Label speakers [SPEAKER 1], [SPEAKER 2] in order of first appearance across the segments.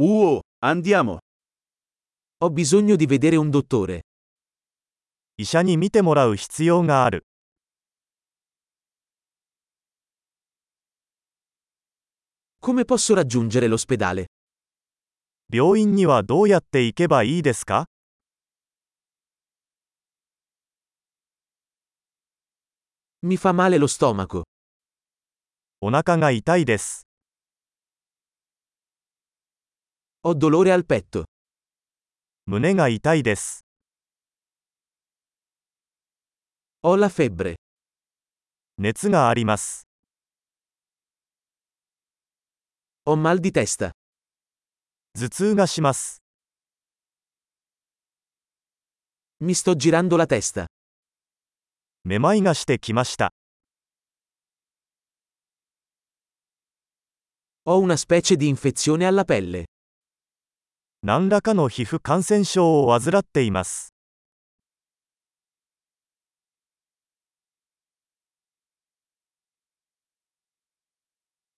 [SPEAKER 1] Uh, andiamo.
[SPEAKER 2] Ho bisogno di vedere un dottore.
[SPEAKER 3] 医者に診てもらう必要がある
[SPEAKER 2] Come posso raggiungere l'ospedale?
[SPEAKER 3] 病院にはどうやって行けばいいですか
[SPEAKER 2] Mi fa male lo stomaco.
[SPEAKER 3] お腹が痛いです
[SPEAKER 2] Ho dolore al petto.
[SPEAKER 3] 胸が痛いです
[SPEAKER 2] Ho la febbre.
[SPEAKER 3] 熱があります
[SPEAKER 2] Ho mal di testa.
[SPEAKER 3] 頭痛がします
[SPEAKER 2] Mi sto girando la testa.
[SPEAKER 3] めまいがしてきました
[SPEAKER 2] Ho una specie di infezione alla pelle.
[SPEAKER 3] 何らかの皮膚感染症を患っています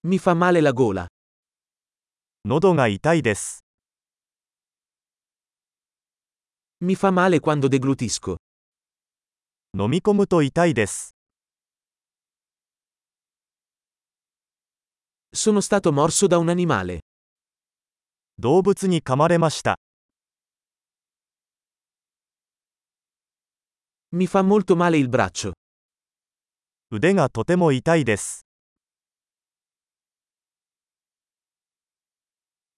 [SPEAKER 2] Mi fa male la gola.
[SPEAKER 3] 喉が痛いです
[SPEAKER 2] Mi fa male quando deglutisco.
[SPEAKER 3] 飲み込むと痛いです
[SPEAKER 2] Sono stato morso da un animale.
[SPEAKER 3] 動物に噛まれました
[SPEAKER 2] Mi fa molto male il braccio.
[SPEAKER 3] 腕がとても痛いです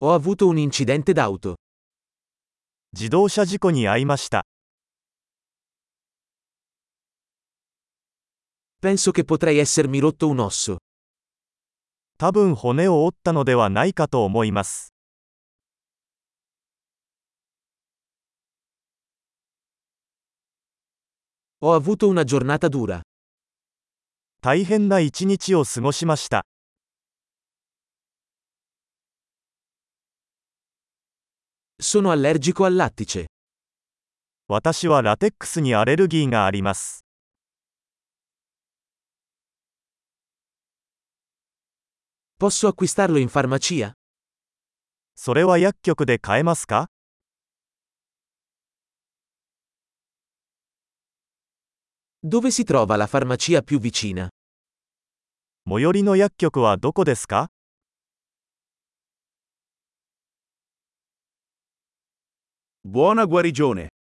[SPEAKER 2] Ho avuto un incidente d'auto.
[SPEAKER 3] 自動車事故に遭いました
[SPEAKER 2] Penso che potrei essermi rotto un osso.
[SPEAKER 3] 多分骨を折ったのではないかと思います
[SPEAKER 2] Ho avuto una giornata dura.
[SPEAKER 3] 大変な一日を過ごしました
[SPEAKER 2] Sono allergico al lattice.
[SPEAKER 3] 私はラテックスにアレルギーがあります
[SPEAKER 2] Posso acquistarlo in farmacia?
[SPEAKER 3] それは薬局で買えますか
[SPEAKER 2] Dove si trova la farmacia più vicina?
[SPEAKER 3] 最寄りの薬局はどこですか
[SPEAKER 1] Buona guarigione.